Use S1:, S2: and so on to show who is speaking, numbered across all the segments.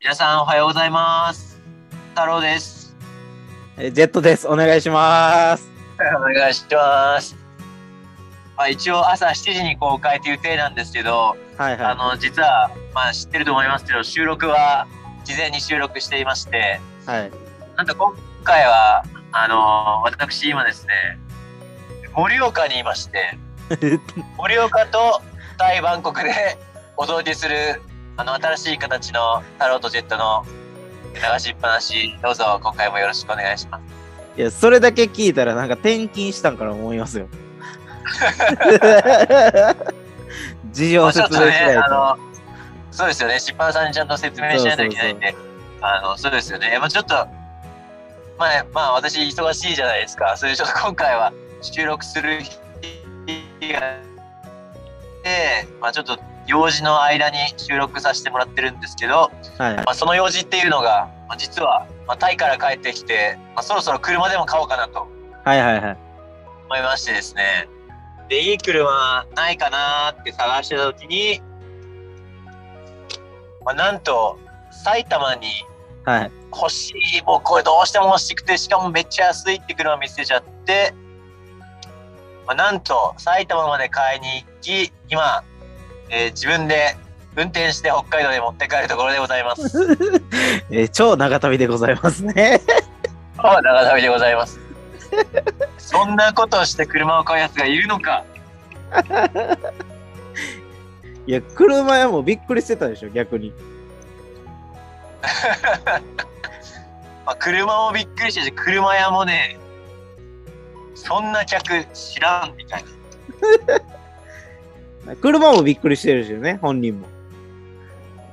S1: 皆さんおはようございます。太郎です。
S2: えージェットです。お願いします。
S1: お願いします。まあ一応朝7時に公開という体なんですけど、
S2: はいはい。
S1: あの実はまあ知ってると思いますけど、収録は事前に収録していまして、
S2: はい。
S1: なんと今回はあの私今ですね、盛岡にいまして、盛岡とタイバンコクで お届けするあの新しい形の太郎とジェットの流しっぱなしどうぞ今回もよろしくお願いします
S2: いや、それだけ聞いたらなんか転勤したんから思いますよ。事
S1: ま
S2: 情
S1: あちょっ
S2: 説
S1: と
S2: 明しな
S1: ね
S2: いと。
S1: あのそうですよね出版さんにちゃんと説明しないといけないんであのそうですよねまあちょっとまあまあ私忙しいじゃないですかそれでちょっと今回は収録する日がでまあちょっと用事の間に収録させてもらってるんですけど
S2: はいはい。
S1: まあ、その用事っていうのが、まあ、実は、まあ、タイから帰ってきて、まあ、そろそろ車でも買おうかなと
S2: はいはいはい。
S1: 思いましてですねでいい車ないかなーって探してた時に、まあ、なんと埼玉に
S2: はい。
S1: 欲しいもうこれどうしても欲しくてしかもめっちゃ安いって車見つけちゃって、まあ、なんと埼玉まで買いに行き今、えー自分で運転して北海道に持って帰るところでございます。
S2: えー超長旅でございますね。
S1: あ長旅でございます。そんなことをして車を買うやつがいるのか。
S2: いや、車屋もびっくりしてたでしょ、逆に。
S1: まあ、車もびっくりしたし、車屋もね、そんな客知らんみたいな。
S2: 車もびっくりしてるしね、本人も。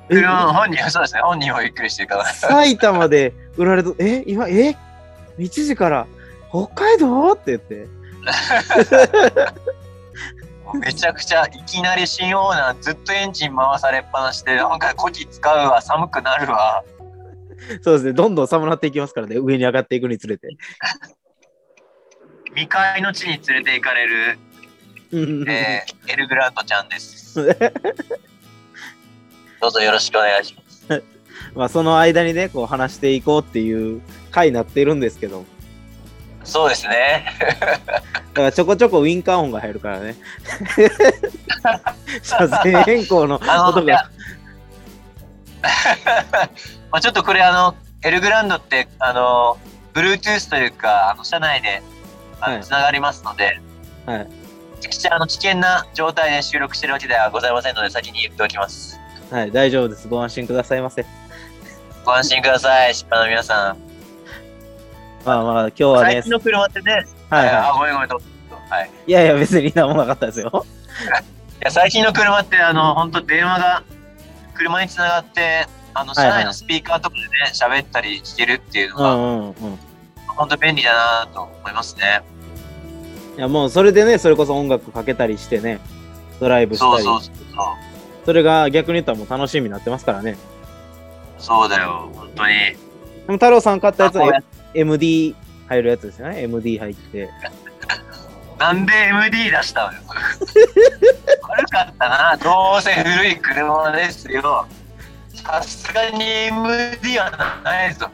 S1: 車の本人はそうですね、本人もびっくりしてるから。
S2: 埼玉で売られた、え、今、え、1時から北海道って言って。
S1: もうめちゃくちゃいきなり新オーナーずっとエンジン回されっぱなしで、なんかこき使うわ、寒くなるわ。
S2: そうですね、どんどん寒なっていきますからね、上に上がっていくにつれて。
S1: 未開の地に連れて行かれる、えーエルグラントちゃんです。どうぞよろしくお願いします。
S2: まあその間にね、こう話していこうっていう回になってるんですけど、
S1: そうですね。
S2: だからちょこちょこウィンカー音が入 るからね。車線変更の
S1: あの、
S2: 音
S1: いや
S2: が。
S1: まあちょっとこれあの、エルグランドって、あの、Bluetooth というか、あの車内で、あ
S2: は
S1: の、
S2: い
S1: つながりますので、
S2: はい
S1: めちゃくちゃあの、危険な状態で収録してるわけではございませんので、先に言っておきます。
S2: はい、大丈夫です。ご安心くださいませ。
S1: ご安心ください、失敗の皆さん。
S2: まあまあ、今日はね
S1: 最、近の車ってね、
S2: はいは
S1: あ、ごめんごめんと。はい。
S2: い。いやいや、別に何もなかったですよ。
S1: いや、最近の車って、あの、本当電話が、車につながって、あの、
S2: はいは
S1: 車
S2: い
S1: 内のスピーカーとかでね、喋、ったりしてるっていうの
S2: う
S1: が、
S2: んうんうん。
S1: 本当便利だなと思いますね。
S2: いやもうそれでね、それこそ音楽かけたりしてね、ドライブしたり、
S1: そ
S2: そう
S1: そうそう
S2: れが逆に言ったらもう楽しみになってますからね。
S1: そうだよ本当に
S2: でも太郎さん買ったやつ
S1: あこ
S2: は
S1: れ
S2: MD 入るやつですよね。MD 入って。
S1: なんで MD 出したのよ悪かったなどうせ古い車ですよさすがに MD はないぞ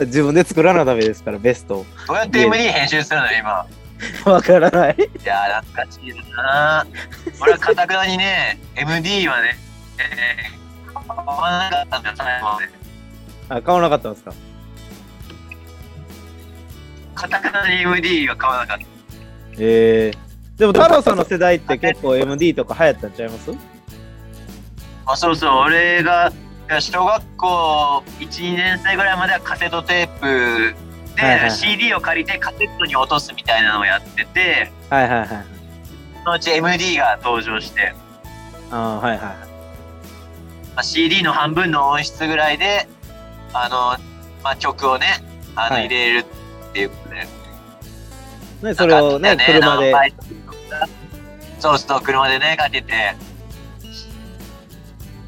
S2: 自分で作らなダメですから、ベストを。
S1: どうやって MD 編集するのよ今
S2: わからない。
S1: いやー懐かしいな俺はかたくなにね MD はね、えー買わなかったんだよ最後まで
S2: あ、買わなかったんですか
S1: かたくなに MD は買わなかった
S2: ええでも太郎さんの世代って結構 MD とか流行ったんちゃいます
S1: あそうそう俺がいや小学校12年生ぐらいまではカセットテープで、
S2: はいはい
S1: CD を借りてカセットに落とすみたいなのをやってて
S2: はいはいはい。
S1: そのうち MD が登場して、
S2: あーはいはいは
S1: ま
S2: い。
S1: あ、CD の半分の音質ぐらいであの、まあ、曲をねあの
S2: は
S1: 入
S2: い
S1: れるっていうことで、
S2: ね、それを
S1: な
S2: ね、
S1: んかあ
S2: 車
S1: った
S2: で
S1: よ。ねなんかそうそう車でねかけて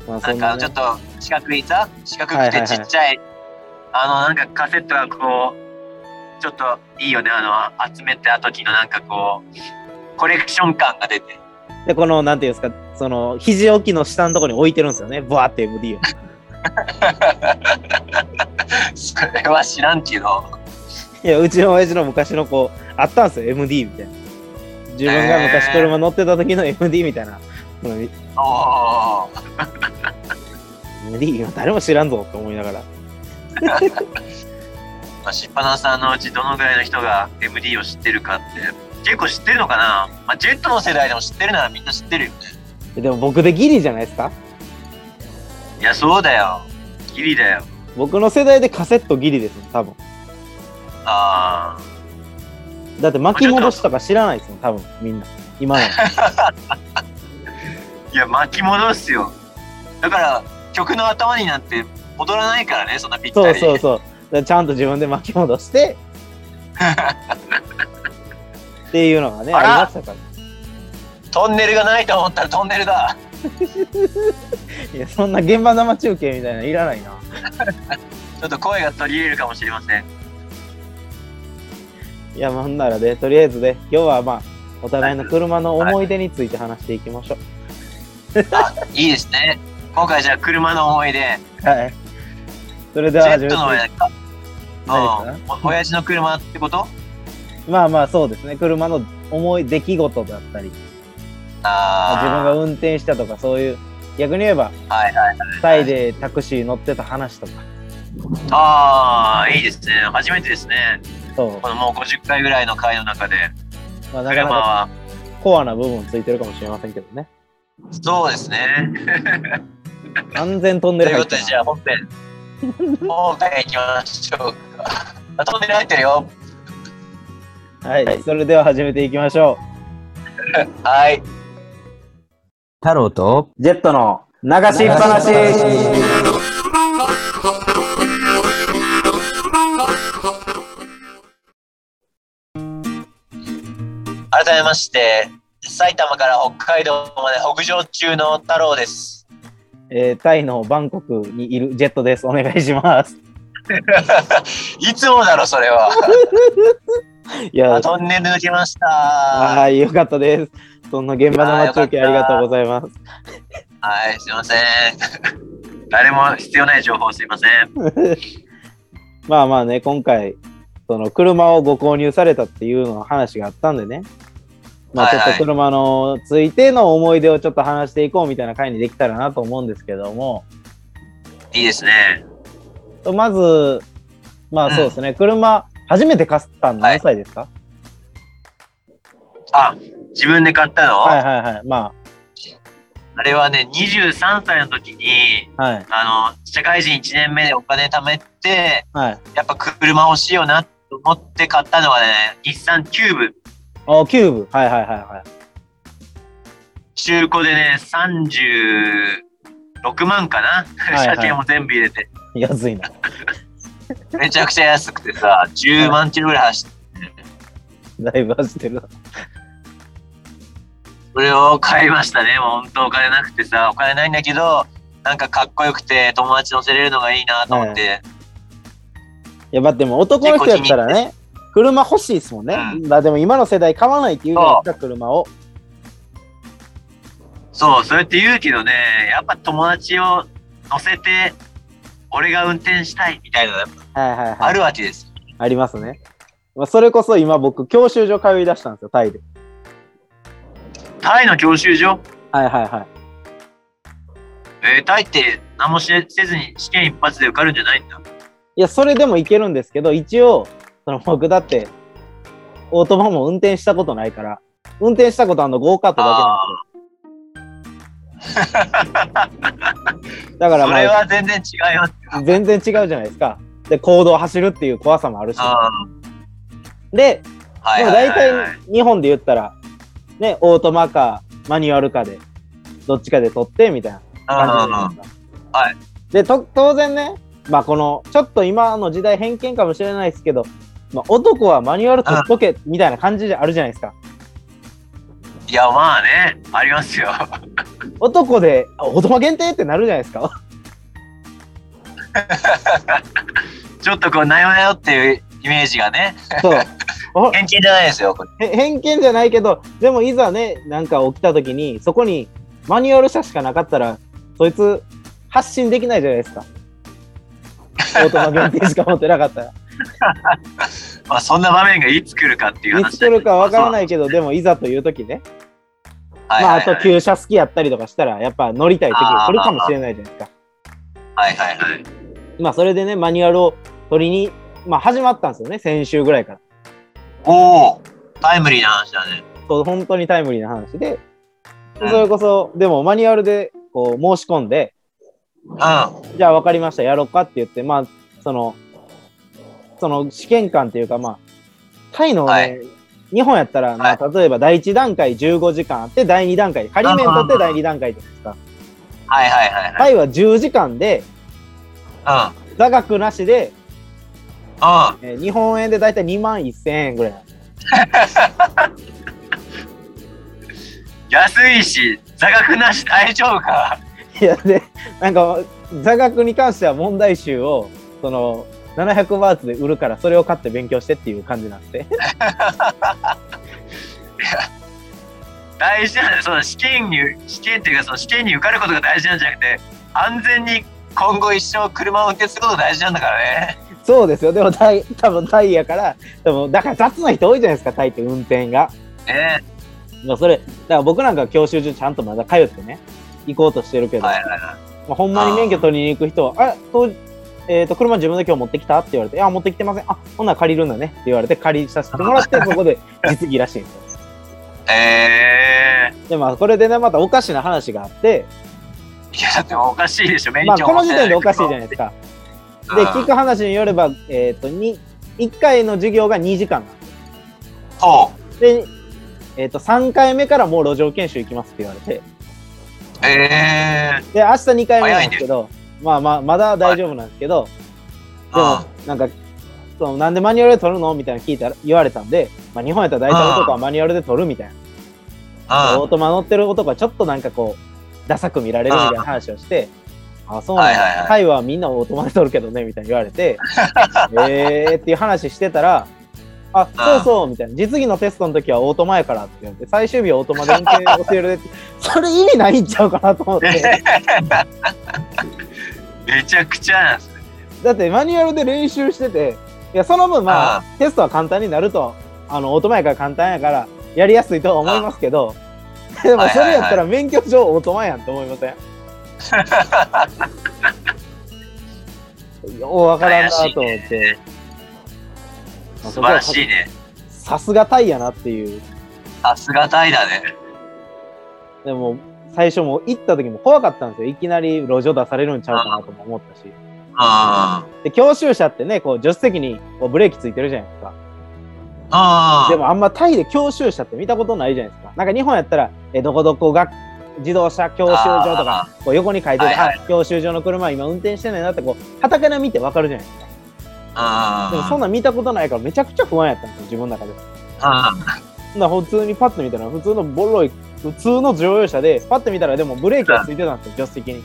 S2: まあ
S1: な
S2: そ
S1: ん
S2: ん
S1: か
S2: な
S1: ちょっ
S2: ね、
S1: と四角いさ四角くてちっちゃい,、あのなんかカセットがこうちょっといいよねあの集めた時のなんかこうコレクション感が出て
S2: で、この、なんていうんですか、その、肘置きの下のところに置いてるんですよね。ブワーって MD を。
S1: それは知らんけど。
S2: いや、うちの親父の昔の子、あったんすよ、MD みたいな。自分が昔車乗ってた時の MD みたいな。この
S1: おお。
S2: MD 今誰も知らんぞって思いながら。
S1: まあ、シッパナさんのうちどのぐらいの人が MD を知ってるかって結構知ってるのかな、まあ、ジェットの世代でも知ってるならみんな知ってるよね
S2: でも僕でギリじゃないですか
S1: いやそうだよギリだよ
S2: 僕の世代でカセットギリですもん、多分。
S1: あ
S2: だって巻き戻しとか知らないですもん、多分みんな。今の。
S1: ーいや巻き戻すよだから曲の頭になって戻らないからねそんなぴった
S2: そう
S1: り
S2: そうそう。だからちゃんと自分で巻き戻 して。っていうのがね、
S1: あ
S2: あり
S1: ら
S2: ましたから。
S1: トンネルがないと思ったらトンネルだ
S2: いや、そんな現場生中継みたいなのいらないな。
S1: ちょっと声が取り入れるかもしれません
S2: いや、まあほんならで、とりあえずで、今日はまあ、お互いの車の思い出について話していきましょ
S1: いいですね今回じゃあ車の思い出
S2: う。はい。それで
S1: ジ
S2: は
S1: ェ
S2: 始め
S1: ッ
S2: て
S1: トの親か
S2: 何です
S1: うんお親父の車ってこと
S2: まあまあそうですね、車の思い出来事だったり、まあ自分が
S1: あ
S2: 運転したとか、そういう、逆に言えば、
S1: あはいはい
S2: タイでタクシー乗ってた話とか、
S1: ああいいですね初めてですね
S2: そう
S1: こ、のもう50回ぐらいの回の中で
S2: まあ、なか
S1: 車
S2: なか
S1: は
S2: コアな部分ついてるかもしれませんけどね。
S1: そうですね
S2: 完全ト
S1: と
S2: ンネル
S1: いう
S2: 入
S1: こ
S2: っ
S1: とで
S2: て
S1: じゃあ本 編本編いきましょうか あ飛んで入ってるよ
S2: なはい、それでは始めていきましょう。
S1: はい
S3: 太郎と
S2: ジェットの流しっぱなし
S1: 改めまして埼玉から北海道まで北上中の太郎です
S2: えータイのバンコクにいるジェットです。お願いします。
S1: いつもだろそれはい
S2: や
S1: あ、トンネル抜けましたは
S2: はい、よかったです。そんな現場の中継
S1: あ
S2: あ
S1: ー
S2: り
S1: よかっ
S2: が
S1: た
S2: とうございます。
S1: いすいません 誰も必要ない情報すいません
S2: まあまあね、今回、その車をご購入されたっていうの話があったんでね、まあ
S1: はい
S2: ちょ
S1: はい
S2: っと車のついての思い出をちょっと話していこうみたいな回にできたらなと思うんですけども、
S1: いいですね
S2: まず、まあそうですね、車、初めて買ったの
S1: はい
S2: 何歳ですか、
S1: あ自分で買ったの、
S2: はい、はいはいはいま
S1: あれはね23歳の時に
S2: あ、はい、
S1: あの社会人1年目でお金貯めて
S2: はい。
S1: やっぱ車欲しいよなと思って買ったのがね日産キューブ
S2: あ、キューブ。はいはいはいはい。
S1: 中古でね36万かな、
S2: いはい
S1: 車検も全部入れて
S2: 安いな。
S1: めちゃくちゃ安くてさ10万キロぐらい走って
S2: だいぶ走ってるな。
S1: それを買いましたねもう本当お金なくてさお金ないんだけどなんかかっこよくて友達乗せれるのがいいなと思って、
S2: いや、まあ、でも男の人やったらね、車欲しいですもんね。
S1: う
S2: まあでも今の世代買わないって言うじゃないですか、車を。
S1: そうそうやって言うけどねやっぱ友達を乗せて俺が運転したいみたいなのが
S2: はいはいはい。
S1: あるわけですよ
S2: ありますね。まあ、それこそ今僕、教習所通い出したんですよ、タイで。
S1: タイの教習所
S2: はいはいはい。
S1: えー、タイって何もしせずに試験一発で受かるんじゃないんだ。
S2: いや、それでもいけるんですけど、一応、その僕だって、オートマも運転したことないから、運転したことあるのゴーカートだけなんですよ。だから
S1: それ
S2: ま
S1: は全然違います。
S2: あ、全然違うじゃないですか。で、行動走るっていう怖さもあるし
S1: うん。。は
S2: で、
S1: い
S2: でも
S1: はい
S2: 大
S1: はい、はい
S2: 体。日本で言ったら、ね、オートマかマニュアルかで、どっちかで取ってみたいな感じじゃないですか。
S1: はい。
S2: で、と当然ね、まあこの、ちょっと今の時代偏見かもしれないですけど、まあ、男はマニュアル取っとけみたいな感じであるじゃないですか。
S1: いや、まあね、ありますよ。
S2: 男で、あオートマ限定ってなるじゃないです か。
S1: ちょっとこう、なよなよっていうイメージがね、
S2: そう。お
S1: 偏見じゃないですよ、これ。
S2: へ偏見じゃないけど、でもいざね、なんか起きた 時に、そこにマニュアル車しかなかったら、そいつ発信できないじゃないですか。オートマ限定しか持ってなかったら。
S1: まあそんな場面がいつ来るかっていう
S2: い
S1: 話
S2: つ来るかわから
S1: い。
S2: ないけど、でもいざという時ね。
S1: はい
S2: まあ
S1: は
S2: あ
S1: いは
S2: と
S1: い
S2: 旧車好きやったりとかしたら、やっぱ乗りたい時が来るかもしれないじゃないですか。
S1: はいはいはい。
S2: まあそれでね、マニュアルを取りに、まあ始まったんですよね、先週ぐらいから。
S1: おお、タイムリーな話だね。
S2: そう本当にタイムリーな話で、
S1: うん
S2: それこそ、でもマニュアルでこう申し込んで、
S1: うん。は
S2: じゃあ分かりました、やろうかって言って、まあ、その、その試験官っていうか、まあ、タイのね、
S1: はい
S2: 日本やったら、まあ、例えば第1段階15時間あって、第2段階、仮面取って第2段階じゃないです
S1: い
S2: か。
S1: はいはいはい。
S2: タイは10時間で、
S1: う
S2: 座学なし
S1: ん。
S2: で、
S1: うん。
S2: えー日本円でだいたい2万1000円ぐらいなんです。
S1: 安いし、座学なし大丈夫か。
S2: いや、で、なんか、座学に関しては問題集を、その、700バーツで売るから、それを買って勉強してっていう感じなんで。
S1: 大事なんだその試験に、試験っていうか、その試験に受かることが大事なんじゃなくて、安全に今後一生車を運転することが大事なんだからね。
S2: そうですよ。でもタイ、多分タイやから、多分、だから雑な人多いじゃないですか、タイって運転が。
S1: ね
S2: まあ、それ、だから僕なんか教習所ちゃんとまだ通ってね、行こうとしてるけど、
S1: はいはいはい。
S2: まあ、ほんまに免許取りに行く人は、あと、えーと、車自分で今日持ってきたって言われて、いや、持ってきてません。あ、ほんなら借りるんだねって言われて、借りさせても らって、ここで実技らしいんですよ。
S1: え
S2: で、まあ、これでね、またおかしな話があって、
S1: ー、いや、だっておかしいでしょ、免
S2: まあ、
S1: 許
S2: こ
S1: 持
S2: の
S1: っ
S2: 時
S1: てな
S2: 点
S1: い
S2: でおかしいじゃないですか。
S1: うん
S2: で、聞く話によれば、えっ、と、に1回の授業が2時間なんです
S1: ほう。
S2: で、えっ、と、3回目からもう路上研修行きますって言われて、
S1: え
S2: で、明日2回目なんですけど、まあまあ、まだ大丈夫なんですけど、で
S1: ー、
S2: もなんかそのなんでマニュアルで取るのみたいな聞いたら言われたんで、まあ、日本やったら大体男はマニュアルで取るみたいな
S1: うん、う
S2: オ
S1: ん。
S2: ートマ乗ってる男はちょっとなんかこうダサく見られるみたいな話をしてあそうなんだ、
S1: はいはいはい
S2: タイはみんなオートマで取るけどねみたいに言われてえーっていう話してたらあそうそうみたいな実技のテストの時はオートマやからって言われて 最終日はオートマで運転教えるでってそれ意味ないんちゃうかなと思 って
S1: めちゃくちゃなんですね。
S2: だってマニュアルで練習してていやその分まあ
S1: あ
S2: テストは簡単になるとあのオートマやから簡単やからやりやすいとは思いますけどでもそれやったら免許証オートマやんと思 いませんようわからんなと思って、まあ
S1: 素晴らしいね。
S2: さすがタイやなっていう
S1: さすがタイだね。
S2: でも最初もう行った時も怖かったんですよいきなり路上出されるんちゃうかなとも思ったし
S1: うん。うん。
S2: で教習車ってねこう助手席にこうブレーキついてるじゃないですか
S1: あ
S2: でもあんまタイで教習車って見たことないじゃないですか。なんか日本やったら、えどこどこが自動車教習所と
S1: あ
S2: か、こう横に書いてる、
S1: はいはい
S2: あ教習所の車今運転してないなって、こう、傍から見てわかるじゃないです
S1: ー
S2: か。でもそんなん見たことないからめちゃくちゃ不安やったんですよ、自分の中で。
S1: うん
S2: な普通にパッと見たら、普通のボロい、普通の乗用車で、パッと見たらでもブレーキがついてたんですよ、助手席
S1: う
S2: に。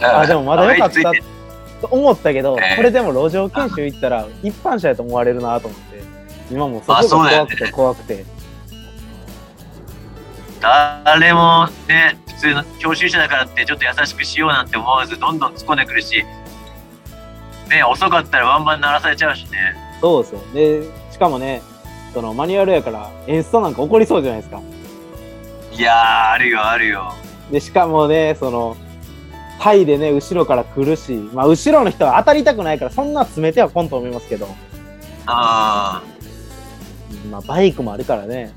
S1: ん
S2: あ、でもまだよか
S1: あ
S2: った
S1: 追いついて
S2: と思ったけど、
S1: ええ
S2: これでも路上研修行ったら一般車やと思われるなと思って、今もうそこが
S1: あそうだよ
S2: 怖
S1: ね
S2: くて怖くて。
S1: 誰もね、普通の教習者だからってちょっと優しくしようなんて思わずどんどん突っ込んでくるし、ね、遅かったらワンバン鳴らされちゃうしね。
S2: そうですよ。で、しかもね、そのマニュアルやから演出なんか起こりそうじゃないですか。
S1: いやー、あるよあるよ。
S2: で、しかもね、その、タイでね、後ろから来るし、まあ、後ろの人は当たりたくないから、そんな詰めてはこんと思いますけど、
S1: あ
S2: まあ、バイクもあるからね、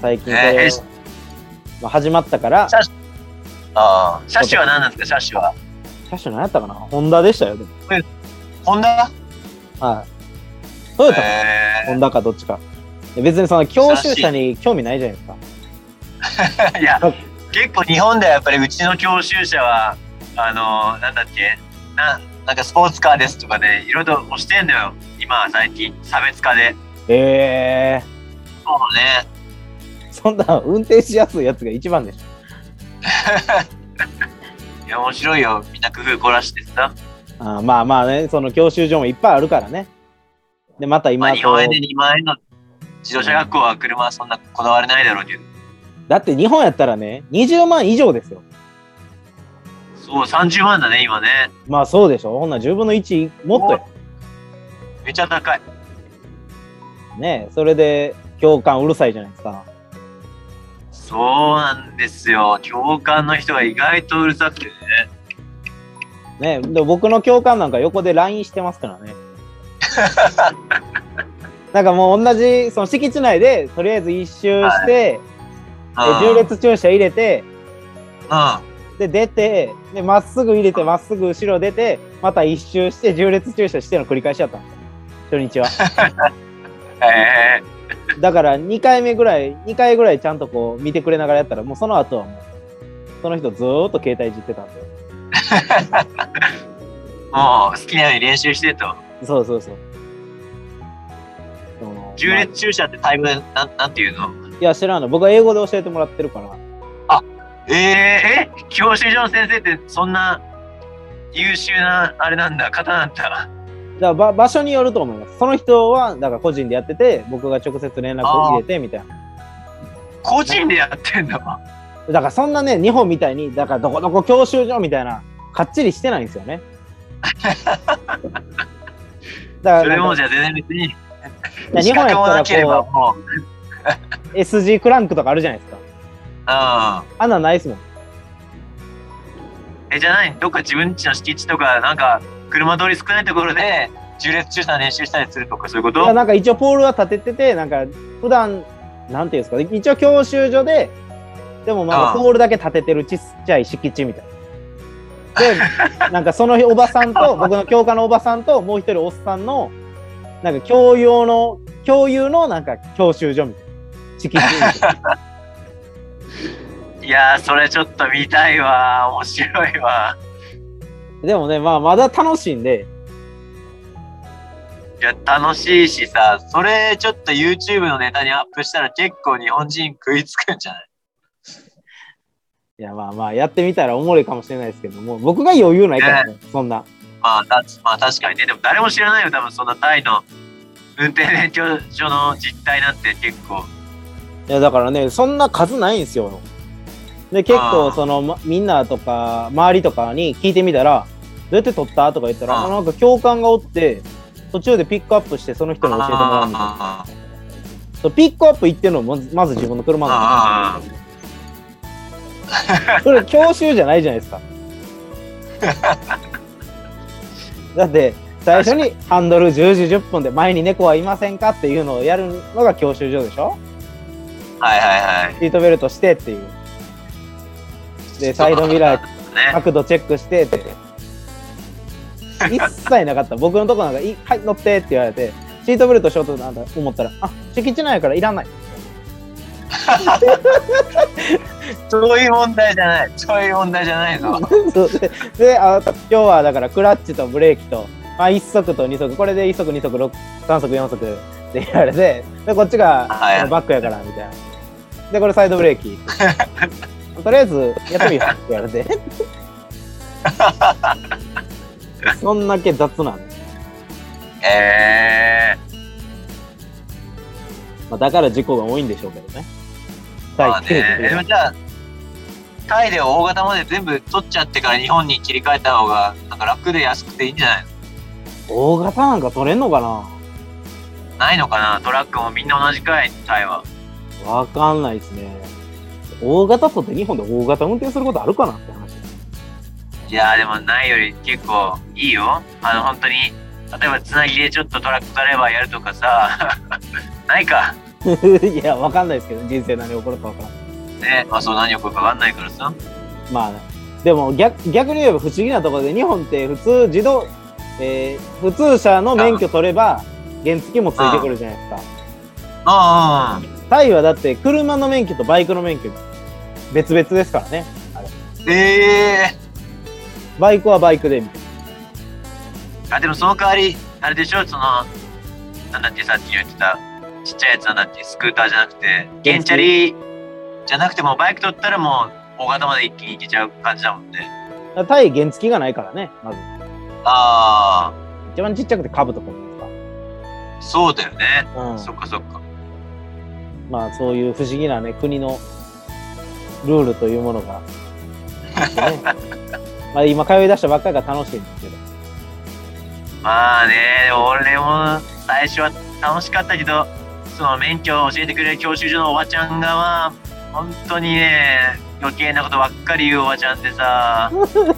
S2: 最近こ
S1: ね
S2: れ
S1: え、
S2: まあ、始まったから、
S1: 車あー。車種は何なんですか、車種は。
S2: 車種何やったかなホンダでしたよ、でも。
S1: ホンダ
S2: はい。トヨタか、
S1: え
S2: ホンダかどっちか。で別にその教習車に興味ないじゃないですか。
S1: ー、いや、結構日本ではやっぱりうちの教習車は、あのー、なんだっけ、ななんかスポーツカーですとかね、いろいろと押してんのよ、今は最近、差別化で。
S2: ええ
S1: そうね。
S2: ー、そんな運転しやすいやつが一番でしょ。
S1: いや、面白いよ。みんな工夫凝らしてさ。
S2: あーまあまあね、その教習所もいっぱいあるからね。で、また
S1: まあ、
S2: 今こう、
S1: 日本円で2万円の自動車学校は車はそんなこだわれないだろうけど。
S2: だって日本やったらね、20万以上ですよ。
S1: そう、30万だね、今ね。
S2: まあそうでしょ。ほんなら10分の1もっとよ
S1: めちゃ高い。
S2: ねえそれで教官うるさいじゃないですか。
S1: そうなんですよ。教官の人が意外とうるさくてね。
S2: ねえで僕の教官なんか横で LINE してますか らね。なんかもう同じその敷地内でとりあえず一周して、
S1: うん
S2: で重列駐車入れて
S1: う
S2: で出てでまっすぐ入れてまっすぐ後ろ出てまた一周して重列駐車しての繰り返しだったんですよ初日は。
S1: ん。ええ
S2: だから2回目ぐらい2回ぐらいちゃんとこう見てくれながらやったらもうその後はもうその人ずーっと携帯いじってたんで
S1: もう好きなように練習してと。
S2: そうそうそうその
S1: 重列駐車ってタイム、なん、なんていうの
S2: まあいや知らんの僕は英語で教えてもらってるから
S1: えええ教習所の先生ってそんな優秀なあれなんだ、方なんだ。
S2: だからば場所によると思いますその人はだから個人でやってて僕が直接連絡を入れてみたいな
S1: 個人でやってんだわ。
S2: だからそんなね日本みたいにだからどこどこ教習所みたいなかっちりしてないんです よねだからなんか
S1: それもじゃあ全然別に
S2: や
S1: 資
S2: 日本やっ
S1: 格
S2: たら
S1: もなければもう。うん。
S2: SG クランクとかあるじゃないですかあんなんないっすもん
S1: え、じゃないどっか自分ちの敷地とか、なんか車通り少ないところで重列駐車の練習したりするとか、そういうこ
S2: いや
S1: と
S2: なんか一応ポールは立てててなんか普段なんていうんですか一応教習所ででもま
S1: あ
S2: あ
S1: あ
S2: ポールだけ立ててるちっちゃい敷地みたいな。でなんかそのおばさんと僕の教科のおばさんともう一人おっさんのなんか教養の教有のなんか教習所みたいな敷地みたいな
S1: いやー、それちょっと見たいわ。面白いわ。
S2: でもねまあまだ楽しいんで
S1: いや、楽しいしさ、それちょっと YouTube のネタにアップしたら結構日本人食いつくんじゃない
S2: いやまあまあやってみたらおもろいかもしれないですけどもう僕が余裕ないからねそんな
S1: まあ、たまあ確かにね。でも誰も知らないよ、多分そんなタイの運転免許証の実態なんて結構。
S2: いやだからねそんな数ないんですよで結
S1: あ
S2: 構
S1: ー
S2: その、まみんなとか周りとかに聞いてみたら「どうやって撮った?」とか言ったら
S1: あー
S2: あなんか教官がおって途中でピックアップしてその人に教えてもらうみたいな
S1: あー
S2: そうピックアップ行ってんのもまずまず自分の車なん
S1: あー
S2: でそれ教習じゃないじゃないで すかだって最初にハンドル10時10分で前に猫はいませんかっていうのをやるのが教習所でしょ
S1: はいはいはい。
S2: シートベルトしてっていうでサイドミラー
S1: ね。
S2: 角度チェックして って一切なかった僕のとこなんかい「はい乗って」って言われてシートベルトしようとなんだ思ったら「あ敷地内やからいらない
S1: そういう問題じゃない。そういう問題じゃない」ぞ。
S2: そうでであ今日はだからクラッチとブレーキと、まあ、1足と2足これで1足2足6 3足4足って言われてでこっちが
S1: はい
S2: あのバックやからみたいなでこれサイドブレーキとりあえずやってみようって言われて そんだけ雑なんです
S1: え
S2: まあ、だから事故が多いんでしょうけどね。
S1: ー、まあ ね。でもじゃあ、タイで大型まで全部取っちゃってから日本に切り替えた方が、なんか楽で安くていいんじゃない
S2: 大型なんか取れんのかな
S1: のないのかなトラックもみんな同じかい、タイは。
S2: わかんないですね。大型取って日本で大型運転することあるかなって話。
S1: いやーでもないより結構いいよ。あの本当に、例えばつなぎでちょっとトラックドライバーやるとかさ、 ないか。
S2: いや、わかんないですけど、人生何起こるかわからん。
S1: ね、まあそう何をこるかわかんないからさ。
S2: まあ、ね、でも逆逆に言えば不思議なところで、日本って普通自動、えー普通車の免許取れば、原付もついてくるじゃないですか。
S1: ああ、
S2: タイはだって車の免許とバイクの免許、別々ですからね。
S1: ええ
S2: バイクはバイクでみたいな。
S1: ー。あ、でもその代わり、あれでしょ、その、なんだっけ、さっき言ってた、ちっちゃいやつなんだっけ、スクーターじゃなくて、ゲンチャリじゃなくてもうバイク取ったらもう大型まで一気に行けちゃう感じだもんね。
S2: 対原付がないからね、まず。
S1: あ
S2: 一番ちっちゃくて株とかじゃないで
S1: あ、そうだよね。
S2: すか。うん。
S1: そっかそっか。
S2: まあそういう不思 議なね国のルールというものが、ね、まあ、今通い出したばっかりが楽しいんですけど。
S1: まあね、俺も最初は楽しかったけど、その免許を教えてくれる教習所のおばちゃんが、まあ、本当にね、余計なことばっかり言うおばちゃんでさ、もう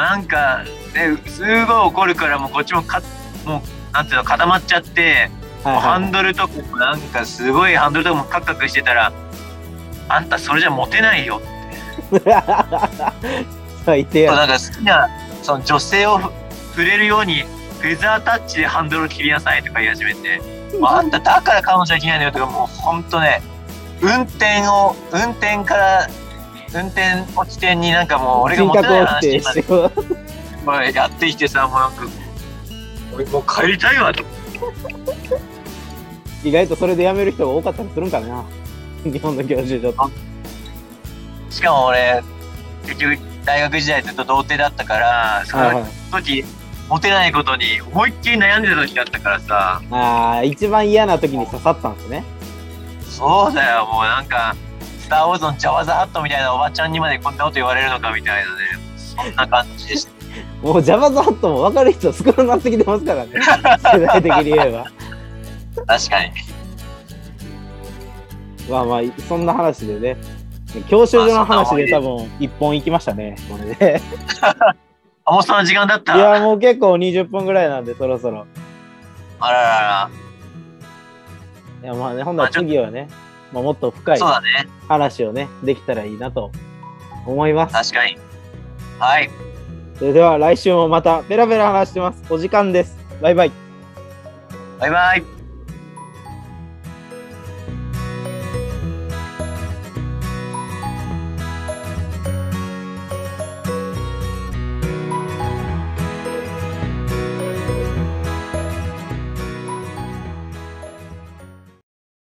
S1: なんか、ね、すごい怒るから、もうこっちもか、もう、なんていうの、固まっちゃって、
S2: はい
S1: もうハ
S2: はい
S1: ンドルとかもなんかすごいハンドルとかもカクカクしてたら、あんたそれじゃモテないよ
S2: 最低や
S1: な
S2: な。
S1: んか好きなその女性をふ触れるようにフェザータッチでハンドルを切りなさいとか言い始めて、まあ、あんただから彼女できないのよとかもうほんとね運転を運転から運転を起点になんかもう俺が
S2: 人
S1: 持て
S2: 格
S1: ない
S2: を否定
S1: 話ま
S2: し
S1: で
S2: てよう。
S1: までやってきてさもうなんか俺もう帰りたいわと
S2: 意外とそれで辞める人が多かったりするんかな。 日本の教授所って。
S1: しかも俺結局大学時代ずっと童貞だったからそ
S2: はいは
S1: の
S2: い。
S1: 時モテないことに思いっきり悩んでた時だったからさ
S2: ああ、一番嫌な時に刺さったんですね。
S1: そうだよ、もうなんか、スター・ウォーズのジャワザ・ハットみたいなおばちゃんにまでこんなこと言われるのかみたいなね、そんな感じでした。
S2: もうジャバザハットも分かる人少なくなってきてま すからね。世代的に言えば。
S1: 確かに。
S2: まあまあ、そんな話でね。教習所の話で多分一本行きましたね、これで。
S1: あ、もうその時間だっ
S2: い
S1: たあら
S2: や、もう結構20分ぐらいなんで、そろそろ。
S1: らら
S2: いや、まあね、ほんなら次はね、まあ、もっと深
S1: ら、
S2: い
S1: そうだね、
S2: 話をね、できたらいいなと思います。
S1: 確かに。はい、
S2: それでは来週もまたペラペラ話してます。お時間です。バイバイ。
S1: バイバイ。